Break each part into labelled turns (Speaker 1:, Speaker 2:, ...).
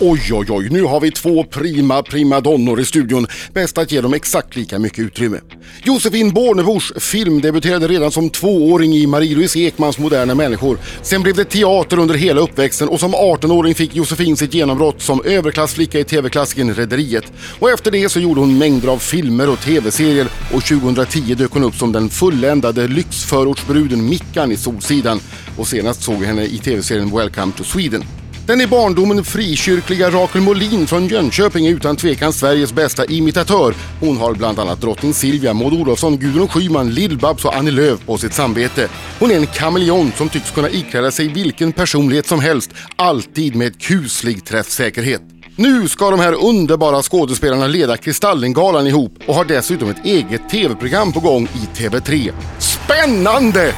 Speaker 1: Oj, oj, oj, nu har vi två prima primadonnor i studion. Bäst att ge dem exakt lika mycket utrymme. Josefin Bornebusch filmdebuterade redan som tvååring i Marie-Louise Ekmans Moderna människor. Sen blev det teater under hela uppväxten och som 18-åring fick Josefin sitt genombrott som överklassflicka i tv-klassikern Rederiet. Och efter det så gjorde hon mängder av filmer och tv-serier och 2010 dök hon upp som den fulländade lyxförortsbruden Mickan i Solsidan. Och senast såg vi henne i tv-serien Welcome to Sweden. Den i barndomen frikyrkliga Rakel Molin från Jönköping är utan tvekan Sveriges bästa imitatör. Hon har bland annat drottning Silvia, Maud Olofsson, Gudrun Schyman, Lill-Babs och Annie Lööf på sitt samvete. Hon är en kameleont som tycks kunna ikläda sig vilken personlighet som helst, alltid med kuslig träffsäkerhet. Nu ska de här underbara skådespelarna leda Kristallengalan ihop och har dessutom ett eget tv-program på gång i TV3. Spännande!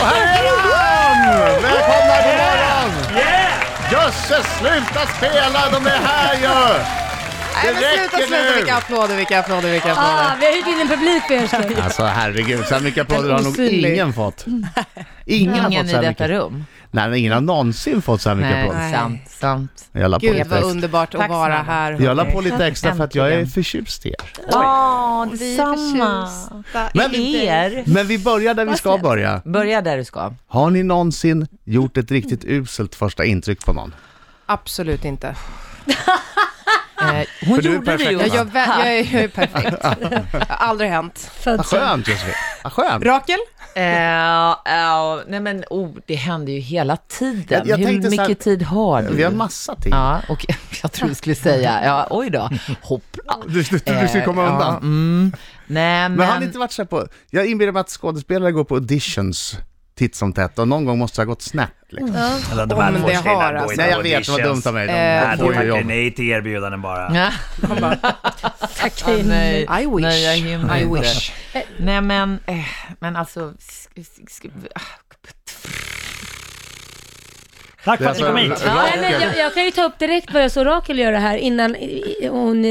Speaker 2: Och här är han! Välkomna, god morgon! Jösses, sluta spela! De är här ju!
Speaker 3: Nej, men
Speaker 2: Det
Speaker 3: sluta,
Speaker 2: räcker
Speaker 3: sluta,
Speaker 2: nu.
Speaker 3: vilka applåder, vilka applåder, vilka applåder.
Speaker 4: Ah, vi har hyrt in en publik för er skull.
Speaker 2: Alltså herregud, så här mycket applåder
Speaker 3: En
Speaker 2: har nog
Speaker 3: osynlig.
Speaker 2: ingen fått. Ingen, har
Speaker 5: Ingen
Speaker 2: fått
Speaker 5: i
Speaker 2: så här
Speaker 5: detta
Speaker 2: mycket.
Speaker 5: rum.
Speaker 2: Nej, men ingen har någonsin fått så här mycket
Speaker 5: Nej,
Speaker 2: applåder.
Speaker 5: sant, sant.
Speaker 2: Jag la på
Speaker 3: Gud
Speaker 2: lite
Speaker 3: vad
Speaker 2: extra.
Speaker 3: underbart att
Speaker 5: Tack
Speaker 3: vara
Speaker 5: snälla.
Speaker 3: här.
Speaker 2: Jag la på lite extra för att jag är
Speaker 5: Äntligen.
Speaker 2: förtjust i er.
Speaker 5: Åh,
Speaker 3: Vi är
Speaker 5: detsamma.
Speaker 3: förtjusta i
Speaker 2: Men-
Speaker 5: Er.
Speaker 2: Men vi börjar där vi ska börja.
Speaker 5: Börja där du ska.
Speaker 2: Har ni någonsin gjort ett riktigt uselt första intryck på någon?
Speaker 3: Absolut inte.
Speaker 4: Ah.
Speaker 5: Eh, hon
Speaker 2: För du är
Speaker 5: gjorde det
Speaker 2: perfekt,
Speaker 5: ju.
Speaker 2: va?
Speaker 3: Jag, jag, vä- jag, är, jag är perfekt. Det har aldrig hänt.
Speaker 2: Vad skönt Josefin, vad skönt.
Speaker 3: Rakel?
Speaker 5: Eh, ja, nej men oh, det händer ju hela tiden.
Speaker 2: Jag- jag
Speaker 5: Hur
Speaker 2: tänkte så
Speaker 5: mycket
Speaker 2: här-
Speaker 5: tid har du?
Speaker 2: Vi har massa tid.
Speaker 5: Ja, och jag tror du skulle säga, ja oj då, hoppla.
Speaker 2: Du, du, du ska komma
Speaker 5: Eh, ja,
Speaker 2: undan.
Speaker 5: mm. Nej men,
Speaker 2: Men har ni inte varit så här på, jag inbillar mig att skådespelare går på auditions titt som tätt och någon gång måste det ha gått snett liksom.
Speaker 6: Alltså, de
Speaker 3: Ja,
Speaker 6: här
Speaker 3: men
Speaker 6: två
Speaker 3: det har
Speaker 6: tjejerna
Speaker 3: alltså.
Speaker 6: går inte
Speaker 2: Nej jag
Speaker 6: på
Speaker 2: vet, det var dumt
Speaker 6: auditions.
Speaker 2: av mig. De
Speaker 3: Eh,
Speaker 2: här
Speaker 6: Nej,
Speaker 2: får
Speaker 6: de
Speaker 2: ju
Speaker 6: tackar
Speaker 2: jobb.
Speaker 6: Äh, nej till erbjudanden bara.
Speaker 5: Ja.
Speaker 4: Tack
Speaker 5: Ah, nej,
Speaker 3: I wish.
Speaker 5: Nej, jag hinner
Speaker 3: I
Speaker 5: inte.
Speaker 3: wish.
Speaker 5: Nej men, eh, men alltså, sk- sk- sk- ah,
Speaker 6: Tack för
Speaker 2: Det är
Speaker 6: att ni kom hit.
Speaker 2: alltså-
Speaker 4: Ja, men jag, jag kan ju ta upp direkt vad jag såg Rakel göra här innan eh, hon... eh,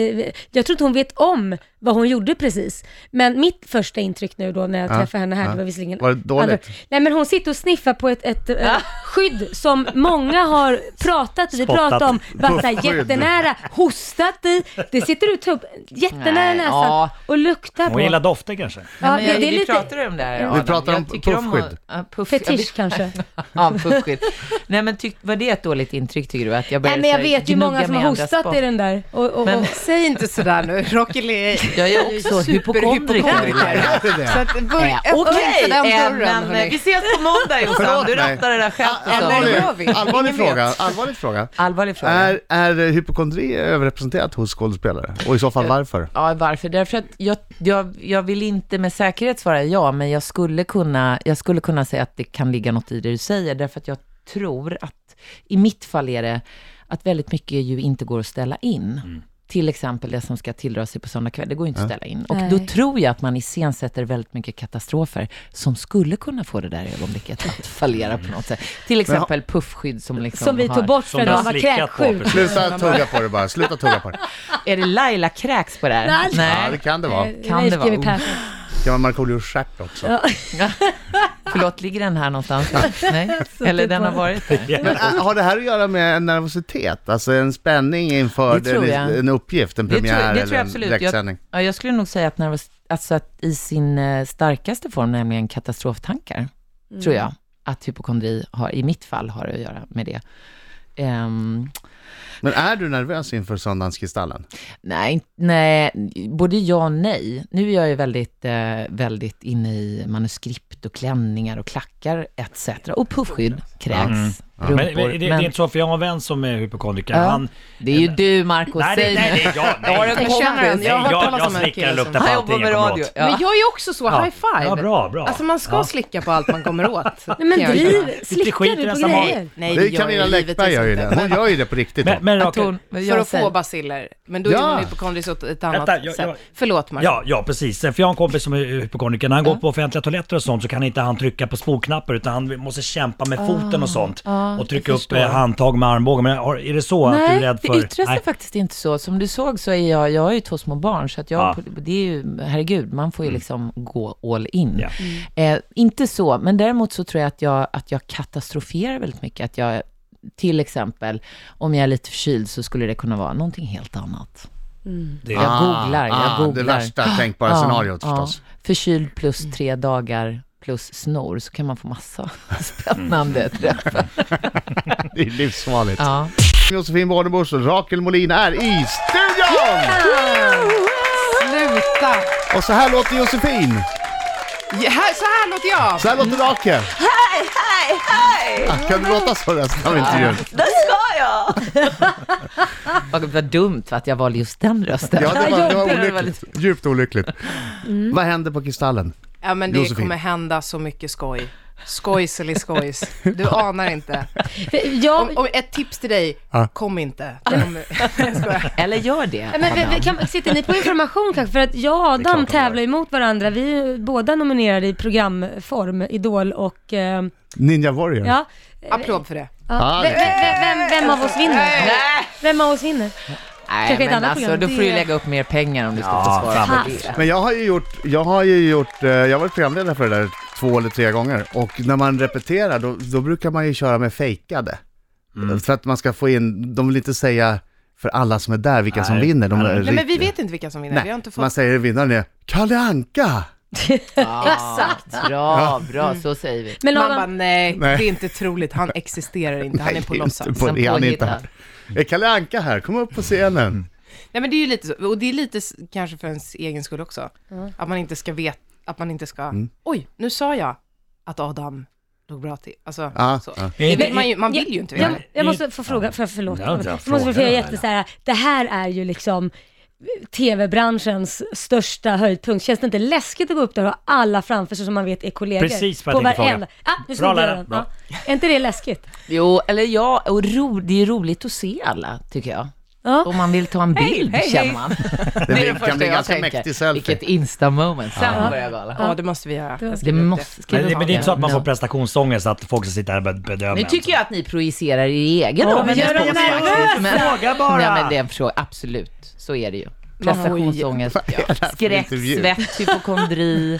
Speaker 4: Jag tror inte hon vet om vad hon gjorde precis. Men mitt första intryck nu då när jag träffade henne här, det var visserligen...
Speaker 2: Var det dåligt?
Speaker 4: andra- Nej men hon sitter och sniffar på ett, ett eh, skydd som många har pratat i, vi
Speaker 6: Spottat.
Speaker 4: pratade om, varit så här
Speaker 2: Puffskydd.
Speaker 4: jättenära, hostat i. Det sitter du och tar upp jättenära
Speaker 5: Nej,
Speaker 4: näsan
Speaker 5: ja.
Speaker 4: och luktar på.
Speaker 6: Hon gillar dofter kanske.
Speaker 4: ja,
Speaker 5: men jag,
Speaker 4: det, det är
Speaker 5: vi
Speaker 4: lite
Speaker 5: pratar om det här
Speaker 2: Vi
Speaker 5: Adam.
Speaker 2: pratar
Speaker 5: Jag
Speaker 2: om
Speaker 5: tycker
Speaker 2: puffskydd.
Speaker 5: att- ja, puff-
Speaker 4: fetisch
Speaker 5: jag vet-
Speaker 4: kanske.
Speaker 5: Ja, puffskydd. Nej men tyck, var det ett dåligt intryck tycker du? Att
Speaker 4: Nej
Speaker 5: jag började
Speaker 4: men jag
Speaker 5: så här
Speaker 4: vet ju
Speaker 5: gnugga
Speaker 4: många som
Speaker 5: med
Speaker 4: har
Speaker 5: andras
Speaker 4: hostat
Speaker 5: barn?
Speaker 4: i den där. Och, och,
Speaker 5: Men-
Speaker 4: och,
Speaker 3: Säg inte sådär nu. Rakel är...
Speaker 5: Jag är också hypokondriker.
Speaker 2: Ja, det är det.
Speaker 3: Så att börja,
Speaker 5: Eh,
Speaker 3: öppna
Speaker 5: Okej,
Speaker 3: inte den
Speaker 5: eh,
Speaker 3: dörren.
Speaker 5: men eh, vi
Speaker 3: hörni.
Speaker 5: ses på måndag Jossan.
Speaker 2: Förlåt
Speaker 5: Du
Speaker 2: mig.
Speaker 5: rattar det där skämtet.
Speaker 3: Ja,
Speaker 5: sa
Speaker 3: det
Speaker 5: du.
Speaker 3: gör vi.
Speaker 2: Allvarlig, allvarlig,
Speaker 3: Ingen vet.
Speaker 2: fråga, allvarlig fråga.
Speaker 5: Allvarlig fråga.
Speaker 2: Är, är hypokondri överrepresenterat hos skådespelare? Och i så fall varför?
Speaker 5: Ja, varför? Därför att jag, jag, jag vill inte med säkerhet svara ja, men jag skulle, kunna, jag skulle kunna säga att det kan ligga något i det du säger, därför att jag tror att, i mitt fall är det, att väldigt mycket ju inte går att ställa in.
Speaker 4: Mm.
Speaker 5: Till exempel det som ska tilldra sig på söndag kväll, det går ju inte att ställa in. Och då
Speaker 4: Nej.
Speaker 5: tror jag att man iscensätter väldigt mycket katastrofer som skulle kunna få det där ögonblicket att fallera på något sätt. Till exempel puffskydd som liksom
Speaker 4: Som vi
Speaker 5: har-
Speaker 4: tog bort
Speaker 6: Som
Speaker 4: för
Speaker 6: du
Speaker 4: att
Speaker 6: har
Speaker 4: hon var
Speaker 6: slickat på
Speaker 4: kräksjuk.
Speaker 6: precis.
Speaker 2: Sluta tugga på det bara, sluta tugga på det.
Speaker 5: Är det Laila kräks på det här?
Speaker 4: Nej.
Speaker 2: Ja, det kan det vara.
Speaker 4: Eh,
Speaker 5: Kan
Speaker 4: Leif
Speaker 5: det vara? Mm.
Speaker 4: GW Persson.
Speaker 2: Kan man Markoolios stjärt också?
Speaker 5: Förlåt, ligger den här någonstans? Nej? Eller
Speaker 3: typ
Speaker 5: den har varit där?
Speaker 2: Men, äh, har det här att göra med en nervositet? Alltså en spänning inför
Speaker 5: Det tror
Speaker 2: en,
Speaker 5: jag.
Speaker 2: en uppgift, en premiär
Speaker 5: det tror, det tror
Speaker 2: eller
Speaker 5: jag
Speaker 2: en
Speaker 5: absolut.
Speaker 2: direktsändning?
Speaker 5: Jag, ja, jag skulle nog säga att, nervos, alltså att i sin eh, starkaste form, nämligen katastroftankar,
Speaker 3: Mm.
Speaker 5: tror jag att hypokondri har, i mitt fall har det att göra med det. Ehm,
Speaker 2: Men är du nervös inför Söndagenskristallen?
Speaker 5: nej, inte- nej, både ja och nej. Nu är jag ju väldigt, eh, väldigt inne i manuskript och klänningar och klackar etc. Och puffskydd kräks.
Speaker 6: Mm. Men,
Speaker 5: rumpor.
Speaker 6: men det, det är inte så, för jag har en vän som är hypokondriker.
Speaker 5: Ja.
Speaker 6: Han...
Speaker 5: det är ju du Marco,
Speaker 6: Nej, det,
Speaker 5: säg
Speaker 6: nej, det
Speaker 5: nu.
Speaker 6: är jag. Nej,
Speaker 5: har en
Speaker 6: nej,
Speaker 3: Jag känner en, jag har hört
Speaker 6: jag,
Speaker 3: talas
Speaker 6: jag
Speaker 3: om en
Speaker 6: slickar
Speaker 3: kille
Speaker 6: och
Speaker 3: som...
Speaker 6: luktar på
Speaker 5: Han jobbar
Speaker 6: allting
Speaker 5: med
Speaker 6: jag kommer
Speaker 5: radio.
Speaker 6: åt.
Speaker 5: Ja.
Speaker 3: Men jag är också så, high five.
Speaker 6: Ja, bra, bra.
Speaker 3: Alltså man ska slicka på allt man kommer åt.
Speaker 4: Nej men
Speaker 3: Kan jag göra.
Speaker 4: driv, slickar
Speaker 6: skiter
Speaker 4: du
Speaker 6: i
Speaker 4: på
Speaker 6: samma-
Speaker 4: grejer?
Speaker 3: Nej,
Speaker 2: Det är
Speaker 3: gör jag
Speaker 2: Camilla Läckberg
Speaker 3: givetvis
Speaker 2: gör ju
Speaker 3: inte.
Speaker 2: det. Hon gör ju det på riktigt.
Speaker 6: Men, men
Speaker 5: Att
Speaker 6: Rakel,
Speaker 5: hon- jag
Speaker 3: För att
Speaker 5: säger-
Speaker 3: få baciller. Men då är
Speaker 2: Ja.
Speaker 3: man hypokondrisk åt ett annat
Speaker 6: Vänta, jag-
Speaker 3: sätt.
Speaker 6: jag-
Speaker 3: Förlåt Mark.
Speaker 6: Ja, ja precis. För jag har en kompis som är hypokondriker. När han går på offentliga toaletter och sånt så kan inte han trycka på spolknappar utan han måste kämpa med foten och sånt.
Speaker 5: ah,
Speaker 6: och trycka
Speaker 5: jag
Speaker 6: upp
Speaker 5: förstår.
Speaker 6: eh, handtag med armbågen. Men har- är det så att du är rädd för...
Speaker 5: det yttrar sig faktiskt inte så. Som du såg så är jag, jag har ju två små barn, så att jag,
Speaker 6: Ja. Mm.
Speaker 5: det är ju, herregud, man får ju liksom gå all in.
Speaker 6: Ja.
Speaker 5: Eh, inte så, men däremot så tror jag att jag, att jag katastroferar väldigt mycket, att jag till exempel, om jag är lite förkyld så skulle det kunna vara någonting helt annat.
Speaker 6: Det,
Speaker 5: Jag googlar, jag
Speaker 6: ah,
Speaker 2: Det
Speaker 5: googlar. Ah,
Speaker 2: värsta tänkbara scenariot förstås.
Speaker 5: Förkyld plus tre dagar plus snor, så kan man få massa spännande träffar.
Speaker 2: Det är livsfarligt.
Speaker 5: Ja.
Speaker 2: Josefin Bornebusch och Rakel Molin är i studion!
Speaker 3: Sluta!
Speaker 2: Och så här låter Josefin.
Speaker 3: Ja, här- så här låter jag.
Speaker 2: Så här låter Rakel.
Speaker 7: Hej, hej, hej!
Speaker 2: Ah, Kan du låta så resten av intervjun?
Speaker 7: Det ska jag!
Speaker 5: Vad, vad dumt att jag valde just den rösten.
Speaker 2: Ja, det var, det var olyckligt.
Speaker 5: väldigt-
Speaker 2: Djupt olyckligt. Vad händer på Kristallen?
Speaker 3: Ja, men det
Speaker 2: Josefin.
Speaker 3: kommer hända så mycket skoj. Skojs eller skojs. Du anar inte.
Speaker 4: Jag,
Speaker 3: Om, om ett tips till dig, kom inte. Om, jag skojar.
Speaker 5: Eller gör det.
Speaker 4: Nej, Men, vi, vi, kan, sitter ni på information kanske? För att jag och
Speaker 2: Det är klart
Speaker 4: Adam
Speaker 2: att vi gör.
Speaker 4: tävlar ju mot varandra. Vi är ju båda nominerade i programform, Idol och... Eh,
Speaker 2: Ninja Warrior?
Speaker 4: ja.
Speaker 3: Applåd för det.
Speaker 2: Ah,
Speaker 4: ja. Vem, vem, vem av oss vinner? Vem av oss vinner?
Speaker 5: Nej,
Speaker 4: Kanske ett
Speaker 5: men
Speaker 4: annat
Speaker 5: alltså,
Speaker 4: program.
Speaker 5: då får du
Speaker 4: Det-
Speaker 5: lägga upp mer pengar om du ska
Speaker 6: Ja,
Speaker 5: få svara
Speaker 6: fan
Speaker 5: på det.
Speaker 2: Men jag har ju gjort, jag har ju gjort, eh, jag har varit programledare för det där två eller tre gånger och när man repeterar då, då brukar man ju köra med fejkade.
Speaker 6: Mm.
Speaker 2: För att man ska få in, de vill inte säga för alla som är där vilka
Speaker 6: Nej.
Speaker 2: som vinner. De
Speaker 6: Nej,
Speaker 3: Nej, men vi vet inte vilka som vinner.
Speaker 2: Nej,
Speaker 3: Vi har inte fått...
Speaker 2: man säger vinnaren är Kalle Anka!
Speaker 5: Exakt. Bra, bra, så säger vi.
Speaker 4: Men
Speaker 3: Man bara,
Speaker 4: Adam,
Speaker 3: nej,
Speaker 2: Nej.
Speaker 3: det är inte troligt. Han existerar inte. Han är på
Speaker 2: Nej,
Speaker 3: låtsas.
Speaker 2: inte på det,
Speaker 5: Som
Speaker 2: han är inte
Speaker 5: påhittad.
Speaker 2: här. Är Kalle Anka här? Kom upp på
Speaker 6: Mm.
Speaker 2: scenen!
Speaker 3: Nej, men det är ju lite så. Och det är lite s- kanske för ens egen skull också. Att man inte ska veta, att man inte ska...
Speaker 2: Mm.
Speaker 3: Oj, nu sa jag att Adam låg bra till. Alltså,
Speaker 2: Ja,
Speaker 3: så.
Speaker 2: ja.
Speaker 3: Det vill man, ju, man vill ju inte veta.
Speaker 4: jag, jag måste få fråga, för, förlåt.
Speaker 6: Ja,
Speaker 4: Jag
Speaker 6: jag
Speaker 4: måste
Speaker 6: frågar
Speaker 4: få fråga
Speaker 6: det.
Speaker 4: jättesåhär, det här är ju liksom tv-branschens största höjdpunkt. Känns det inte läskigt att gå upp där och ha alla framför sig som man vet är kollegor?
Speaker 6: Precis vad jag tänkte
Speaker 4: varenda- Ah, nu
Speaker 6: Bra,
Speaker 4: snodde jag
Speaker 6: Laila.
Speaker 4: den.
Speaker 6: Bra.
Speaker 4: Ja. Är inte det läskigt?
Speaker 5: Jo, eller ja, och ro, det är roligt att se alla, tycker jag.
Speaker 4: Ja.
Speaker 5: Om man vill ta en bild,
Speaker 3: hej, hej.
Speaker 5: känner man.
Speaker 2: Det,
Speaker 5: är
Speaker 2: kan bli
Speaker 5: jag
Speaker 2: ganska
Speaker 5: tänker.
Speaker 2: mäktig selfie.
Speaker 5: Vilket insta-moment. Sen börjar jag gala.
Speaker 3: Ja, det måste vi göra. Jag
Speaker 5: Det
Speaker 3: skriver upp
Speaker 5: måste... Ska
Speaker 6: men,
Speaker 5: vi
Speaker 6: det,
Speaker 5: ta
Speaker 6: men det är inte så att man
Speaker 5: No.
Speaker 6: får prestationsångest att folk ska sitta här och bed- bedöma.
Speaker 5: Nu tycker jag att ni projicerar er egen
Speaker 6: Ja,
Speaker 5: roll.
Speaker 6: men gör
Speaker 5: Jag
Speaker 6: dem
Speaker 5: påstår faktiskt,
Speaker 6: nervösa! Fråga bara!
Speaker 5: Nej, men det är en fråga. Absolut, så är det ju.
Speaker 3: Man får ju-
Speaker 5: Prestationsångest, ja. skräck,
Speaker 2: intervju?
Speaker 5: svett, hypokondri.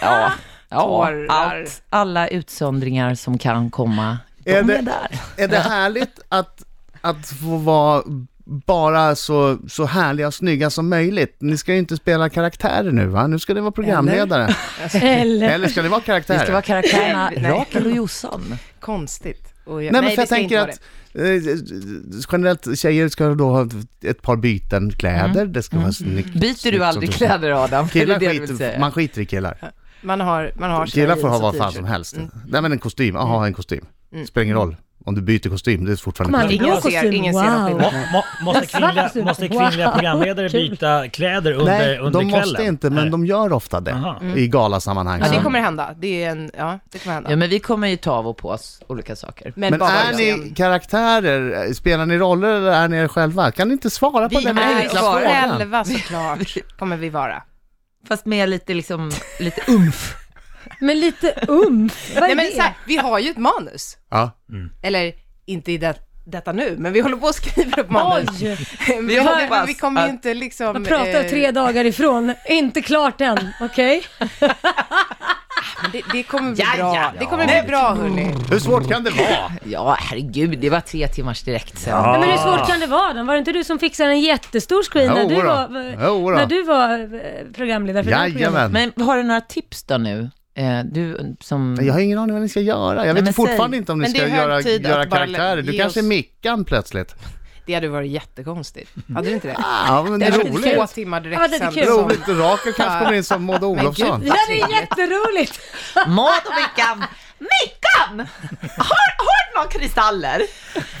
Speaker 5: ja. Ja,
Speaker 3: Tårar.
Speaker 5: allt, alla utsöndringar som kan komma, de
Speaker 2: Är
Speaker 5: är,
Speaker 2: det-
Speaker 5: där.
Speaker 2: Är det härligt att, att få vara bara så, så härliga och snygga som möjligt? Ni ska ju inte spela karaktärer nu va? Nu ska ni vara programledare.
Speaker 4: Eller?
Speaker 2: Eller, ska ni vara
Speaker 5: Det
Speaker 2: karaktärer?
Speaker 5: ska vara karaktärerna
Speaker 3: Nej.
Speaker 5: Rakel och Jossan.
Speaker 3: Konstigt. Och
Speaker 2: Nej, men för
Speaker 3: det
Speaker 2: jag
Speaker 3: ska
Speaker 2: tänker
Speaker 3: inte vara
Speaker 2: att eh, generellt tjejer ska då ha ett par byten kläder, det ska vara snyggt.
Speaker 5: Mm. Byter du aldrig kläder Adam? Är det
Speaker 2: Killar
Speaker 5: det du vill
Speaker 2: skiter,
Speaker 5: säga?
Speaker 2: man skiter i killar.
Speaker 3: det. Man har, man har
Speaker 2: Killar får ha
Speaker 3: jeans och
Speaker 2: vad fan
Speaker 3: t-shirt.
Speaker 2: som helst.
Speaker 5: Mm.
Speaker 2: Nej men en kostym, aha en kostym. Spelar ingen roll om du byter kostym, det är
Speaker 4: Kommer
Speaker 2: fortfarande
Speaker 4: han i
Speaker 3: Ingen
Speaker 4: blå
Speaker 3: ser-
Speaker 4: kostym?
Speaker 3: ingen ser någon
Speaker 4: wow.
Speaker 6: Må, må, måste kvinnliga,
Speaker 4: kostym.
Speaker 6: måste kvinnliga
Speaker 4: Wow,
Speaker 6: programledare
Speaker 4: kul.
Speaker 6: byta kläder under,
Speaker 2: Nej,
Speaker 6: under
Speaker 2: de
Speaker 6: kvällen?
Speaker 2: måste inte, men
Speaker 6: Nej.
Speaker 2: de gör ofta det
Speaker 6: Aha.
Speaker 2: i galasammanhang.
Speaker 3: Mm. Ja,
Speaker 2: Så-
Speaker 3: det kommer hända. Det är en, ja, det kommer hända.
Speaker 5: Ja, men vi kommer ju ta av och på oss olika saker.
Speaker 3: Men,
Speaker 2: Men
Speaker 3: bara
Speaker 2: är
Speaker 3: verkligen.
Speaker 2: ni karaktärer, eh, spelar ni roller eller är ni er själva? Kan ni inte svara på
Speaker 5: Vi
Speaker 2: den
Speaker 5: är
Speaker 2: här
Speaker 3: Nej,
Speaker 2: enkla
Speaker 5: oss
Speaker 2: frågan?
Speaker 3: själva såklart kommer vi vara.
Speaker 5: Fast med lite liksom, lite umf.
Speaker 4: Men lite umf, vad är
Speaker 3: Nej, men
Speaker 4: det?
Speaker 3: så här, vi har ju ett manus.
Speaker 2: Ja.
Speaker 3: Eller inte i det, detta nu, men vi håller på att skriva upp manus.
Speaker 4: Oj,
Speaker 3: Men
Speaker 5: Vi
Speaker 3: men
Speaker 5: hoppas
Speaker 3: vi kommer ju
Speaker 5: att-
Speaker 3: inte liksom...
Speaker 4: man pratar
Speaker 3: eh,
Speaker 4: tre dagar ifrån, inte klart än, okej?
Speaker 3: men Det, det kommer bli
Speaker 5: Ja,
Speaker 3: bra.
Speaker 5: ja.
Speaker 3: Det kommer bli bra hörni.
Speaker 2: Hur svårt kan det vara?
Speaker 5: Ja, herregud, det var tre timmars direkt sen.
Speaker 6: Ja.
Speaker 4: Nej, men hur svårt kan det vara då? Var det inte du som fixade en jättestor screen när
Speaker 2: Ah. Jo
Speaker 4: du
Speaker 2: då.
Speaker 4: var,
Speaker 2: Jo då.
Speaker 4: när du var eh, programledare för det här programmet?
Speaker 2: Jajamän.
Speaker 5: Men har du några tips då nu? Eh, Du som...
Speaker 2: Men Jag har ingen aning vad ni ska göra. Jag vet
Speaker 5: men
Speaker 2: ju fortfarande
Speaker 5: säg.
Speaker 2: inte om ni
Speaker 3: Men det
Speaker 2: ska
Speaker 3: är hög
Speaker 2: göra,
Speaker 3: tid att
Speaker 2: göra
Speaker 3: bara
Speaker 2: karaktärer. Du
Speaker 3: ge
Speaker 2: kanske är
Speaker 3: oss-
Speaker 2: Mickan plötsligt.
Speaker 3: Det hade varit jättekonstigt. Hade du inte det?
Speaker 2: Ja, men det är
Speaker 3: hade varit två
Speaker 2: roligt.
Speaker 3: timmar direkt
Speaker 4: Ja, det Ah,
Speaker 3: sen
Speaker 4: är kul.
Speaker 3: som-
Speaker 2: Roligt. Rakel kanske kommer in som Maud Olofsson.
Speaker 3: gud.
Speaker 4: Det där är jätteroligt!
Speaker 5: Mat och Mickan! Mickan! Har, har du några kristaller?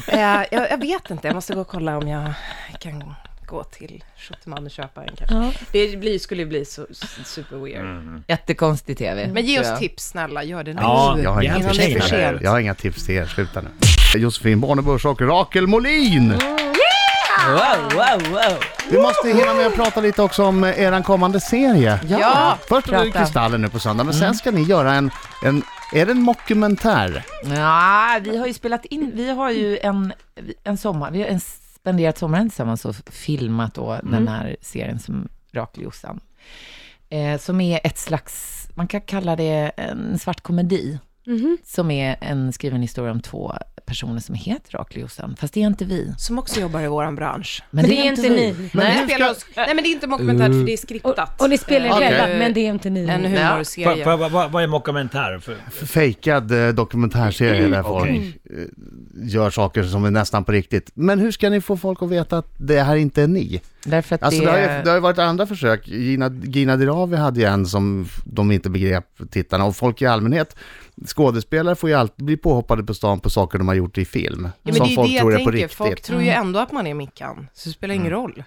Speaker 3: Eh, jag, jag vet inte, jag måste gå och kolla om jag kan gå till Schutterman och köpa en kanske. Det blir, skulle bli så, s- super weird.
Speaker 5: Mm. Jättekonstig TV.
Speaker 3: Men ge
Speaker 5: tror jag.
Speaker 3: oss tips snälla, gör det nu.
Speaker 6: Ja,
Speaker 2: Jag har, inga
Speaker 6: Innan
Speaker 2: tips
Speaker 6: det är för
Speaker 2: till er.
Speaker 3: sent.
Speaker 2: jag har inga tips till er. Sluta nu. Josefin Bornebusch och Rakel
Speaker 6: Mm.
Speaker 2: Molin.
Speaker 5: Wow, wow, wow.
Speaker 2: Vi måste hinna med att prata lite också om eh, eran kommande serie.
Speaker 5: Ja.
Speaker 2: Först blir det
Speaker 5: prata.
Speaker 2: Kristallen nu på söndag, men
Speaker 6: Mm.
Speaker 2: sen ska ni göra en, en är det en mockumentär?
Speaker 5: Ja, vi har ju spelat in, vi har ju en, en sommar, vi har en spenderat sommaren tillsammans och filmat då den här serien som Rakel Jossan. Eh, som är ett slags, man kan kalla det en svart komedi. som är en skriven historia om två personer som heter Rakeliosan, fast det är inte vi.
Speaker 3: Som också jobbar i våran bransch.
Speaker 5: Men,
Speaker 4: det är inte ni.
Speaker 5: Nej.
Speaker 3: Nej, Uh. spelar oss, nej men det är inte dokumentärt för det är skriptat.
Speaker 4: Och, och ni spelar
Speaker 3: Eh,
Speaker 4: själva, men det är inte ni.
Speaker 3: En
Speaker 6: Får jag-
Speaker 3: humorserie.
Speaker 6: får jag- Vad vad- vad är mockumentär? För-
Speaker 2: fejkad eh, dokumentärserie där folk
Speaker 6: Mm. Okej.
Speaker 2: eh, gör saker som är nästan på riktigt. Men hur ska ni få folk att veta att det här inte är ni?
Speaker 5: Därför att
Speaker 2: Alltså det,
Speaker 5: det,
Speaker 2: har ju,
Speaker 5: är...
Speaker 2: det har ju varit andra försök. Gina, Gina Dirawi hade ju en som de inte begrep, tittarna, och folk i allmänhet. Skådespelare får ju alltid bli påhoppade på stan på saker de har gjort i film.
Speaker 3: Ja, men
Speaker 2: som
Speaker 3: det är
Speaker 2: folk
Speaker 3: det jag
Speaker 2: tror är på
Speaker 3: tänker.
Speaker 2: riktigt.
Speaker 3: Folk tror ju ändå att man är Mickan, så det spelar ingen roll.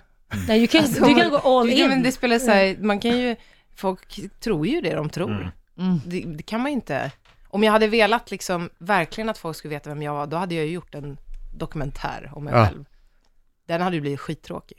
Speaker 4: Nej, du, kan, du kan gå all
Speaker 3: Alltså, Ja, men
Speaker 4: in.
Speaker 3: det spelar så här, man kan ju, folk tror ju det de tror. Mm. Det, det kan man ju inte. Om jag hade velat liksom verkligen att folk skulle veta vem jag var, då hade jag ju gjort en dokumentär om mig
Speaker 2: Ja.
Speaker 3: själv. Den hade ju blivit skittråkig.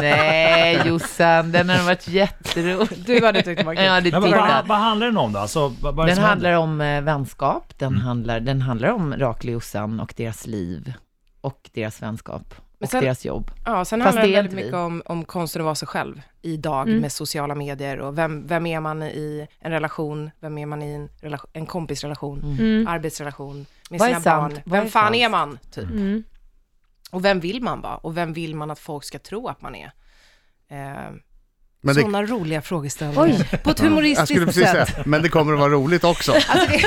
Speaker 5: Nej, Jossan, den har varit jätterolig.
Speaker 3: Du hade tyckt det var kul.
Speaker 5: Ja, det
Speaker 6: Men vad,
Speaker 5: tittar.
Speaker 6: vad, vad handlar den om då? Alltså, vad, vad är det
Speaker 5: Den
Speaker 6: som
Speaker 5: handlar om eh, vänskap, den,
Speaker 2: Mm.
Speaker 5: handlar, den handlar om Rakel och Jossan och deras liv och deras vänskap och
Speaker 3: sen-
Speaker 5: deras jobb.
Speaker 3: Ja, sen
Speaker 5: Fast
Speaker 3: handlar
Speaker 5: det
Speaker 3: det
Speaker 5: är
Speaker 3: väldigt
Speaker 5: inte vi.
Speaker 3: mycket om, om konsten att vara sig själv idag med sociala medier och vem, vem är man i en relation, vem är man i en, relation, en kompisrelation, arbetsrelation, med
Speaker 5: Vad är
Speaker 3: sina
Speaker 5: sant?
Speaker 3: barn.
Speaker 5: Vad
Speaker 3: Vem
Speaker 5: är
Speaker 3: fan
Speaker 5: falskt?
Speaker 3: är man, typ?
Speaker 4: Mm.
Speaker 3: Och vem vill man vara? Och vem vill man att folk ska tro att man är? Eh,
Speaker 2: Men det,
Speaker 3: sådana roliga frågeställningar.
Speaker 4: Oj, på ett
Speaker 2: jag skulle
Speaker 4: humoristiskt
Speaker 2: precis
Speaker 4: sätt.
Speaker 2: säga, men det kommer att vara roligt också.
Speaker 3: Alltså det,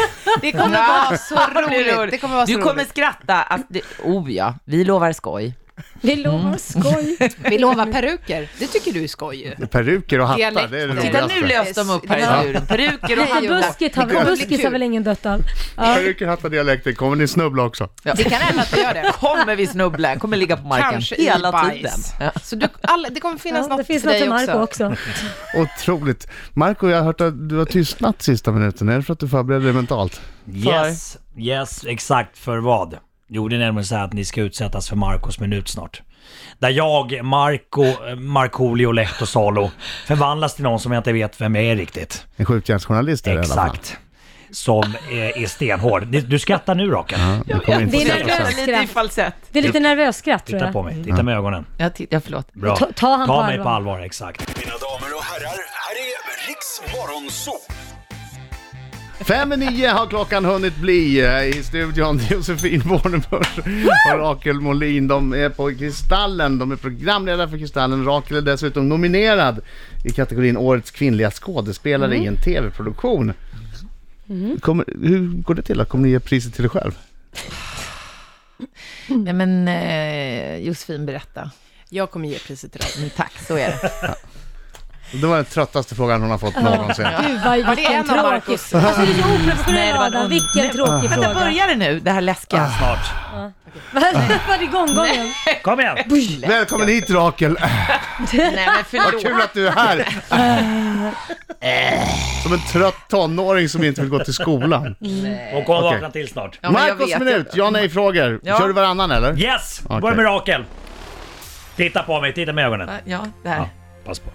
Speaker 3: det kommer vara så roligt. Det kommer vara så
Speaker 5: du kommer
Speaker 3: roligt.
Speaker 5: skratta. Att det, oh ja, vi lovar skoj.
Speaker 4: Vi lovar skoj.
Speaker 3: Vi lovar peruker. Det tycker du är skoj ju.
Speaker 2: Peruker och hattar,
Speaker 3: Dialekt.
Speaker 2: det är det
Speaker 3: Titta,
Speaker 5: Titta nu
Speaker 2: roligaste.
Speaker 5: löste de upp här i luren. Peruker och
Speaker 4: Nej,
Speaker 5: handbok.
Speaker 4: buskis har,
Speaker 3: Det kommer bli
Speaker 4: buskis
Speaker 3: kul.
Speaker 4: har väl ingen dött av. Ja.
Speaker 2: Peruker, hattar, dialekter, kommer ni snubbla också?
Speaker 3: Det kan hända att vi gör det.
Speaker 5: Kommer vi snubbla? Kommer ligga på marken
Speaker 3: Kanske
Speaker 5: hela
Speaker 3: i bajs.
Speaker 5: tiden. Ja.
Speaker 3: Så du, alla, det kommer finnas
Speaker 4: Ja,
Speaker 3: något
Speaker 4: det finns
Speaker 3: till
Speaker 4: något
Speaker 3: dig
Speaker 4: till Marco
Speaker 3: också.
Speaker 4: också.
Speaker 2: Otroligt. Marco, jag har hört att du har tystnat sista minuten. Är det för att du förbereder dig mentalt?
Speaker 6: Yes, yes, exakt för vad? Jo, det är nämligen så här att ni ska utsättas för Marcos minut snart. Där jag, Marco, eh, Markoolio, Lehto, Salo förvandlas till någon som jag inte vet vem jag är riktigt.
Speaker 2: En skjutjärnsjournalist är det i alla fall.
Speaker 6: Exakt. Som är, är stenhård. Ni- Du skrattar nu Rakel.
Speaker 2: Det kommer inte
Speaker 4: Det är
Speaker 2: säkert sen.
Speaker 4: nervöst skratt.
Speaker 5: falsett.
Speaker 4: Det är lite nervöst skratt tror
Speaker 6: Titta på
Speaker 4: jag.
Speaker 6: mig, titta med ögonen.
Speaker 5: Ja, titta, förlåt.
Speaker 6: Bra.
Speaker 4: Ta- ta han på
Speaker 6: mig
Speaker 4: allvar.
Speaker 6: på allvar, exakt.
Speaker 8: Mina damer och herrar, här är Riks Morgonzoo!
Speaker 2: Fem i nio har klockan hunnit bli eh, i studion. Josefin Bornebusch och Rakel Molin. De är på Kristallen. De är programledare för Kristallen. Rakel är dessutom nominerad i kategorin Årets kvinnliga skådespelare i en tv-produktion. Kommer, hur går det till? då? Kommer ni ge priset till er själv?
Speaker 4: Mm.
Speaker 5: Nej, men eh, Josefin, berätta.
Speaker 3: Jag kommer ge priset till dig.
Speaker 5: Mm, Tack, så är det.
Speaker 2: Det var den tröttaste frågan hon har fått någonsin.
Speaker 4: Gud vad
Speaker 3: Var det
Speaker 4: vilken
Speaker 3: en av
Speaker 4: tråkig.
Speaker 3: Marcos?
Speaker 4: Alltså det är så
Speaker 5: Nej,
Speaker 4: oprofessionell
Speaker 5: det var en
Speaker 4: Adam,
Speaker 5: ond-
Speaker 4: vilken tråkig
Speaker 5: Vänta,
Speaker 4: fråga.
Speaker 5: börjar det nu, det här läskiga?
Speaker 6: Snart.
Speaker 4: Var det gånggången?
Speaker 6: Kom igen!
Speaker 2: Välkommen hit Rakel!
Speaker 5: Nej, men
Speaker 2: Vad kul
Speaker 5: förlåt.
Speaker 2: att du är här! Som en trött tonåring som inte vill gå till skolan.
Speaker 6: Hon kommer
Speaker 2: Okej.
Speaker 6: vakna till snart.
Speaker 5: Ja, men jag
Speaker 2: Marcos
Speaker 5: vet
Speaker 2: minut, ja nej-frågor.
Speaker 5: Ja.
Speaker 2: Kör du varannan eller?
Speaker 6: Yes!
Speaker 2: Okej.
Speaker 6: Börja med Rakel. Titta på mig, titta med ögonen.
Speaker 5: ju. Ja, där.
Speaker 6: Ja, pass på.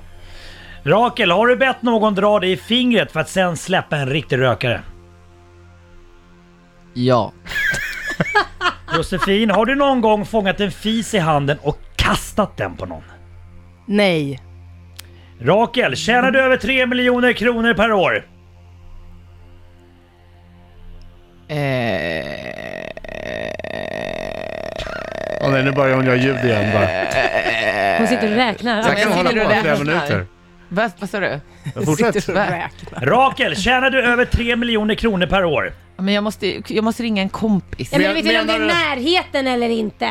Speaker 6: Rakel, har du bett någon dra dig i fingret för att sen släppa en riktig rökare?
Speaker 5: Ja.
Speaker 6: Josefin, har du någon gång fångat en fis i handen och kastat den på någon?
Speaker 3: Nej.
Speaker 6: Rakel, tjänar du över 3 miljoner kronor per år?
Speaker 2: Åh nej, nu börjar hon göra ljud igen bara.
Speaker 4: Hon sitter och räknar.
Speaker 2: Så här kan
Speaker 4: Ja,
Speaker 5: Eh, jag
Speaker 2: hon hålla
Speaker 5: sitter
Speaker 2: på i
Speaker 5: och
Speaker 2: flera
Speaker 5: räknar.
Speaker 2: minuter.
Speaker 5: Vad, vad sa du?
Speaker 2: Jag fortsätter.
Speaker 5: Va?
Speaker 3: Räkna.
Speaker 6: Rakel, tjänar du över 3 miljoner kronor per år?
Speaker 5: Ja, Men jag måste, jag måste ringa en kompis.
Speaker 4: men vet du om det
Speaker 2: menar
Speaker 4: är
Speaker 2: du-
Speaker 4: närheten eller inte?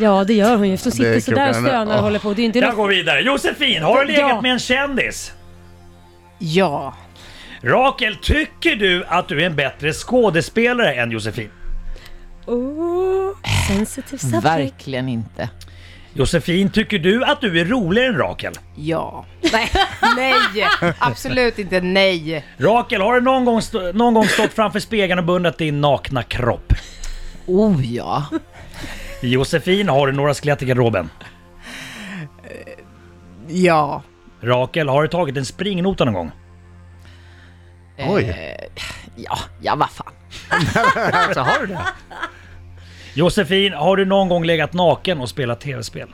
Speaker 4: Ja det gör hon ju. Hon
Speaker 2: Det är
Speaker 4: sitter sådär
Speaker 2: klockan-
Speaker 4: och stönar
Speaker 2: Ja.
Speaker 4: och håller på. Det är ju inte
Speaker 6: Jag
Speaker 4: något...
Speaker 6: går vidare. Josefin, har du legat
Speaker 4: Ja.
Speaker 6: med en kändis?
Speaker 3: Ja.
Speaker 6: Rakel, tycker du att du är en bättre skådespelare än Josefin?
Speaker 4: Oh, sensitive subject.
Speaker 5: Verkligen inte.
Speaker 6: Josefin, tycker du att du är roligare än Rakel?
Speaker 3: Ja. Nej. nej. Absolut inte nej.
Speaker 6: Rakel, har du någon gång, stå- någon gång stått framför spegeln och beundrat din nakna kropp?
Speaker 5: Oh ja.
Speaker 6: Josefin, har du några skelett i garderoben?
Speaker 3: Ja.
Speaker 6: Rakel, har du tagit en springnota någon gång?
Speaker 2: Oj,
Speaker 5: Eh, Ja, ja vad fan.
Speaker 2: alltså har du det?
Speaker 6: Josefin, har du någon gång legat naken och spelat tv-spel?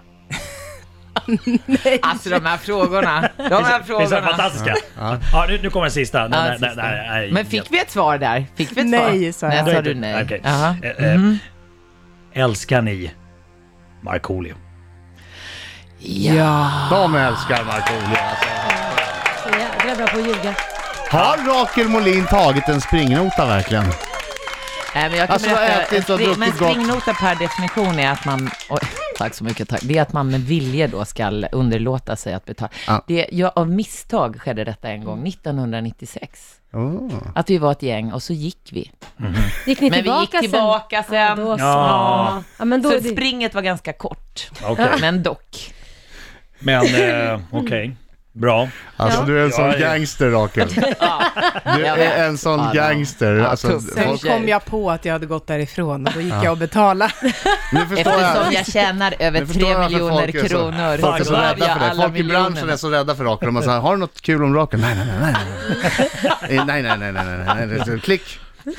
Speaker 5: Alltså de här frågorna. De här
Speaker 6: Visst är de
Speaker 5: frågorna.
Speaker 6: fantastiska? Ja, nu, nu kommer den sista. Den,
Speaker 5: Ja,
Speaker 6: den,
Speaker 5: sista.
Speaker 6: den, den, den, den,
Speaker 5: Men fick vi ett svar där? Fick vi ett svar?
Speaker 3: Nej, sa jag.
Speaker 5: Nej, sa du nej.
Speaker 6: Okej.
Speaker 5: Jaha. Mhm.
Speaker 6: Eh, eh, Älskar ni Markoolio?
Speaker 5: Ja.
Speaker 2: De älskar Markoolio alltså.
Speaker 4: Så jävla bra på att ljuga.
Speaker 2: Har Rakel Molin tagit en springnota verkligen?
Speaker 5: Nej, men jag kan
Speaker 2: Alltså,
Speaker 5: berätta,
Speaker 2: ätit och
Speaker 5: spring,
Speaker 2: druckit
Speaker 5: men
Speaker 2: gott.
Speaker 5: springnota per definition är att man, oj, tack så mycket, tack. det är att man med vilje då ska underlåta sig att betala.
Speaker 2: Ja.
Speaker 5: Det, jag, av misstag skedde detta en gång, 1996.
Speaker 2: Oh.
Speaker 5: Att vi var ett gäng och så gick vi.
Speaker 4: Gick ni
Speaker 5: Men vi gick
Speaker 4: tillbaka
Speaker 5: tillbaka
Speaker 4: sen?
Speaker 5: sen.
Speaker 4: Då, så.
Speaker 6: Ja.
Speaker 4: ja, men då
Speaker 5: Så
Speaker 4: är det-
Speaker 5: springet var ganska kort,
Speaker 6: Okej.
Speaker 5: men dock.
Speaker 6: Men eh, okej, bra.
Speaker 2: Alltså du är en sån
Speaker 6: Ja, ja.
Speaker 2: gangster Rakel.
Speaker 5: Ja.
Speaker 2: Du
Speaker 5: Jag
Speaker 2: är en sån
Speaker 5: Ja, ja.
Speaker 2: gangster.
Speaker 5: Ja,
Speaker 2: Alltså,
Speaker 5: tuff.
Speaker 3: Sen
Speaker 5: Folk-
Speaker 3: kom jag på att jag hade gått därifrån och då gick jag och betalade.
Speaker 2: nu förstår jag.
Speaker 5: Eftersom jag tjänar över
Speaker 2: Nu förstår jag
Speaker 5: 3
Speaker 2: varför
Speaker 5: miljoner
Speaker 2: folk är så-
Speaker 5: kronor.
Speaker 2: Folk är så
Speaker 5: behöver
Speaker 2: rädda
Speaker 5: jag
Speaker 2: för det.
Speaker 5: alla
Speaker 2: Folk i branschen
Speaker 5: miljonerna.
Speaker 2: är så rädda för Rakel. De säger, har du något kul om Rakel? Nej, nej, nej, nej. Eh, Nej, nej, nej, nej, nej, nej, nej. Så, Klick. Uh,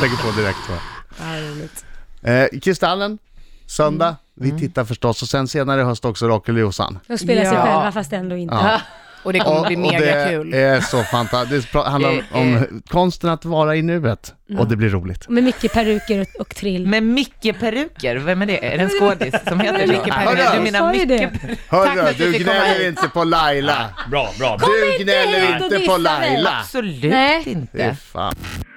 Speaker 2: Lägger på direkt. Va?
Speaker 3: Ja, roligt. Mm.
Speaker 2: Eh, Kristallen, söndag. Vi tittar förstås och sen senare i höst också Rakel och Jossan.
Speaker 4: De spelar sig
Speaker 3: Ja.
Speaker 4: själva fast ändå inte.
Speaker 2: Ja.
Speaker 3: Och det Eh, kommer bli
Speaker 2: och det
Speaker 3: mega kul.
Speaker 2: är så fantastiskt. Det pra- handlar om, om konsten att vara i nuet
Speaker 3: Mm.
Speaker 2: och det blir roligt.
Speaker 4: Med mycket peruker och, och trill.
Speaker 5: Med Micke-peruker, vem är det? Är det en skådis som heter
Speaker 4: Micke
Speaker 2: Peruker.
Speaker 5: Du
Speaker 4: Jag sa
Speaker 5: menar
Speaker 4: ju det.
Speaker 5: Micke
Speaker 3: Tack för
Speaker 2: Hörru,
Speaker 3: att vi
Speaker 2: du
Speaker 3: fick komma
Speaker 2: gnäller
Speaker 3: hit.
Speaker 2: inte på Laila.
Speaker 6: Bra, bra. bra.
Speaker 2: Du
Speaker 4: inte hit
Speaker 2: gnäller
Speaker 4: och
Speaker 2: inte på
Speaker 4: dissa mig.
Speaker 2: Laila.
Speaker 5: Absolut
Speaker 4: Nej.
Speaker 5: inte.
Speaker 2: Fy fan.